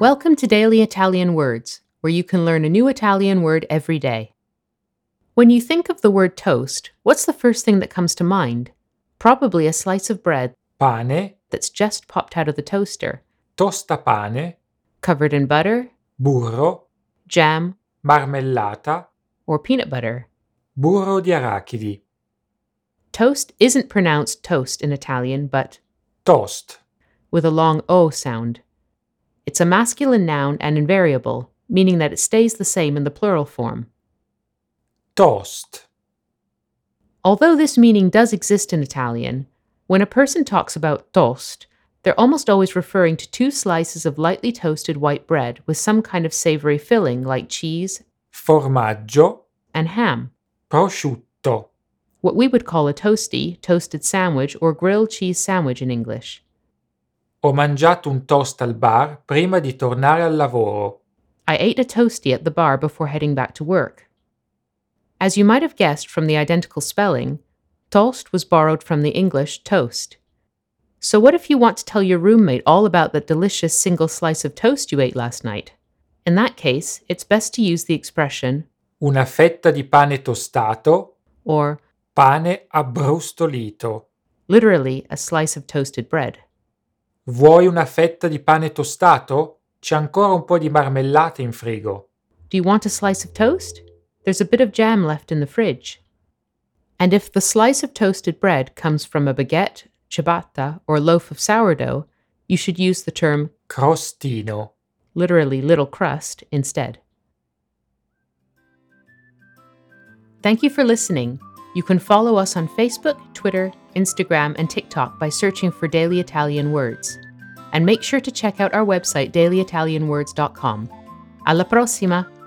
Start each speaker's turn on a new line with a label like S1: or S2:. S1: Welcome to Daily Italian Words, where you can learn a new Italian word every day. When you think of the word toast, what's the first thing that comes to mind? Probably a slice of bread
S2: pane,
S1: that's just popped out of the toaster,
S2: tostapane,
S1: covered in butter,
S2: burro,
S1: jam,
S2: marmellata,
S1: or peanut butter.
S2: burro di arachidi,
S1: Toast isn't pronounced toast in Italian, but
S2: toast,
S1: with a long O sound. It's a masculine noun and invariable, meaning that it stays the same in the plural form.
S2: toast,
S1: Although this meaning does exist in Italian, when a person talks about toast, they're almost always referring to two slices of lightly toasted white bread with some kind of savory filling like cheese
S2: formaggio,
S1: and ham,
S2: prosciutto,
S1: what we would call a toasty, toasted sandwich, or grilled cheese sandwich in English.
S2: Ho mangiato un toast al bar prima di tornare al lavoro.
S1: I ate a toasty at the bar before heading back to work. As you might have guessed from the identical spelling, toast was borrowed from the English toast. So, what if you want to tell your roommate all about that delicious single slice of toast you ate last night? In that case, it's best to use the expression
S2: Una fetta di pane tostato,
S1: or
S2: pane abbrustolito.
S1: literally a slice of toasted bread.
S2: Vuoi una fetta di pane tostato? C'è ancora un po' di marmellata in frigo.
S1: Do you want a slice of toast? There's a bit of jam left in the fridge. And if the slice of toasted bread comes from a baguette, ciabatta, or loaf of sourdough, you should use the term
S2: Crostino.
S1: literally little crust instead. Thank you for listening. You can follow us on Facebook, Twitter, Instagram, and TikTok by searching for Daily Italian Words. And make sure to check out our website, dailyitalianwords.com. Alla prossima!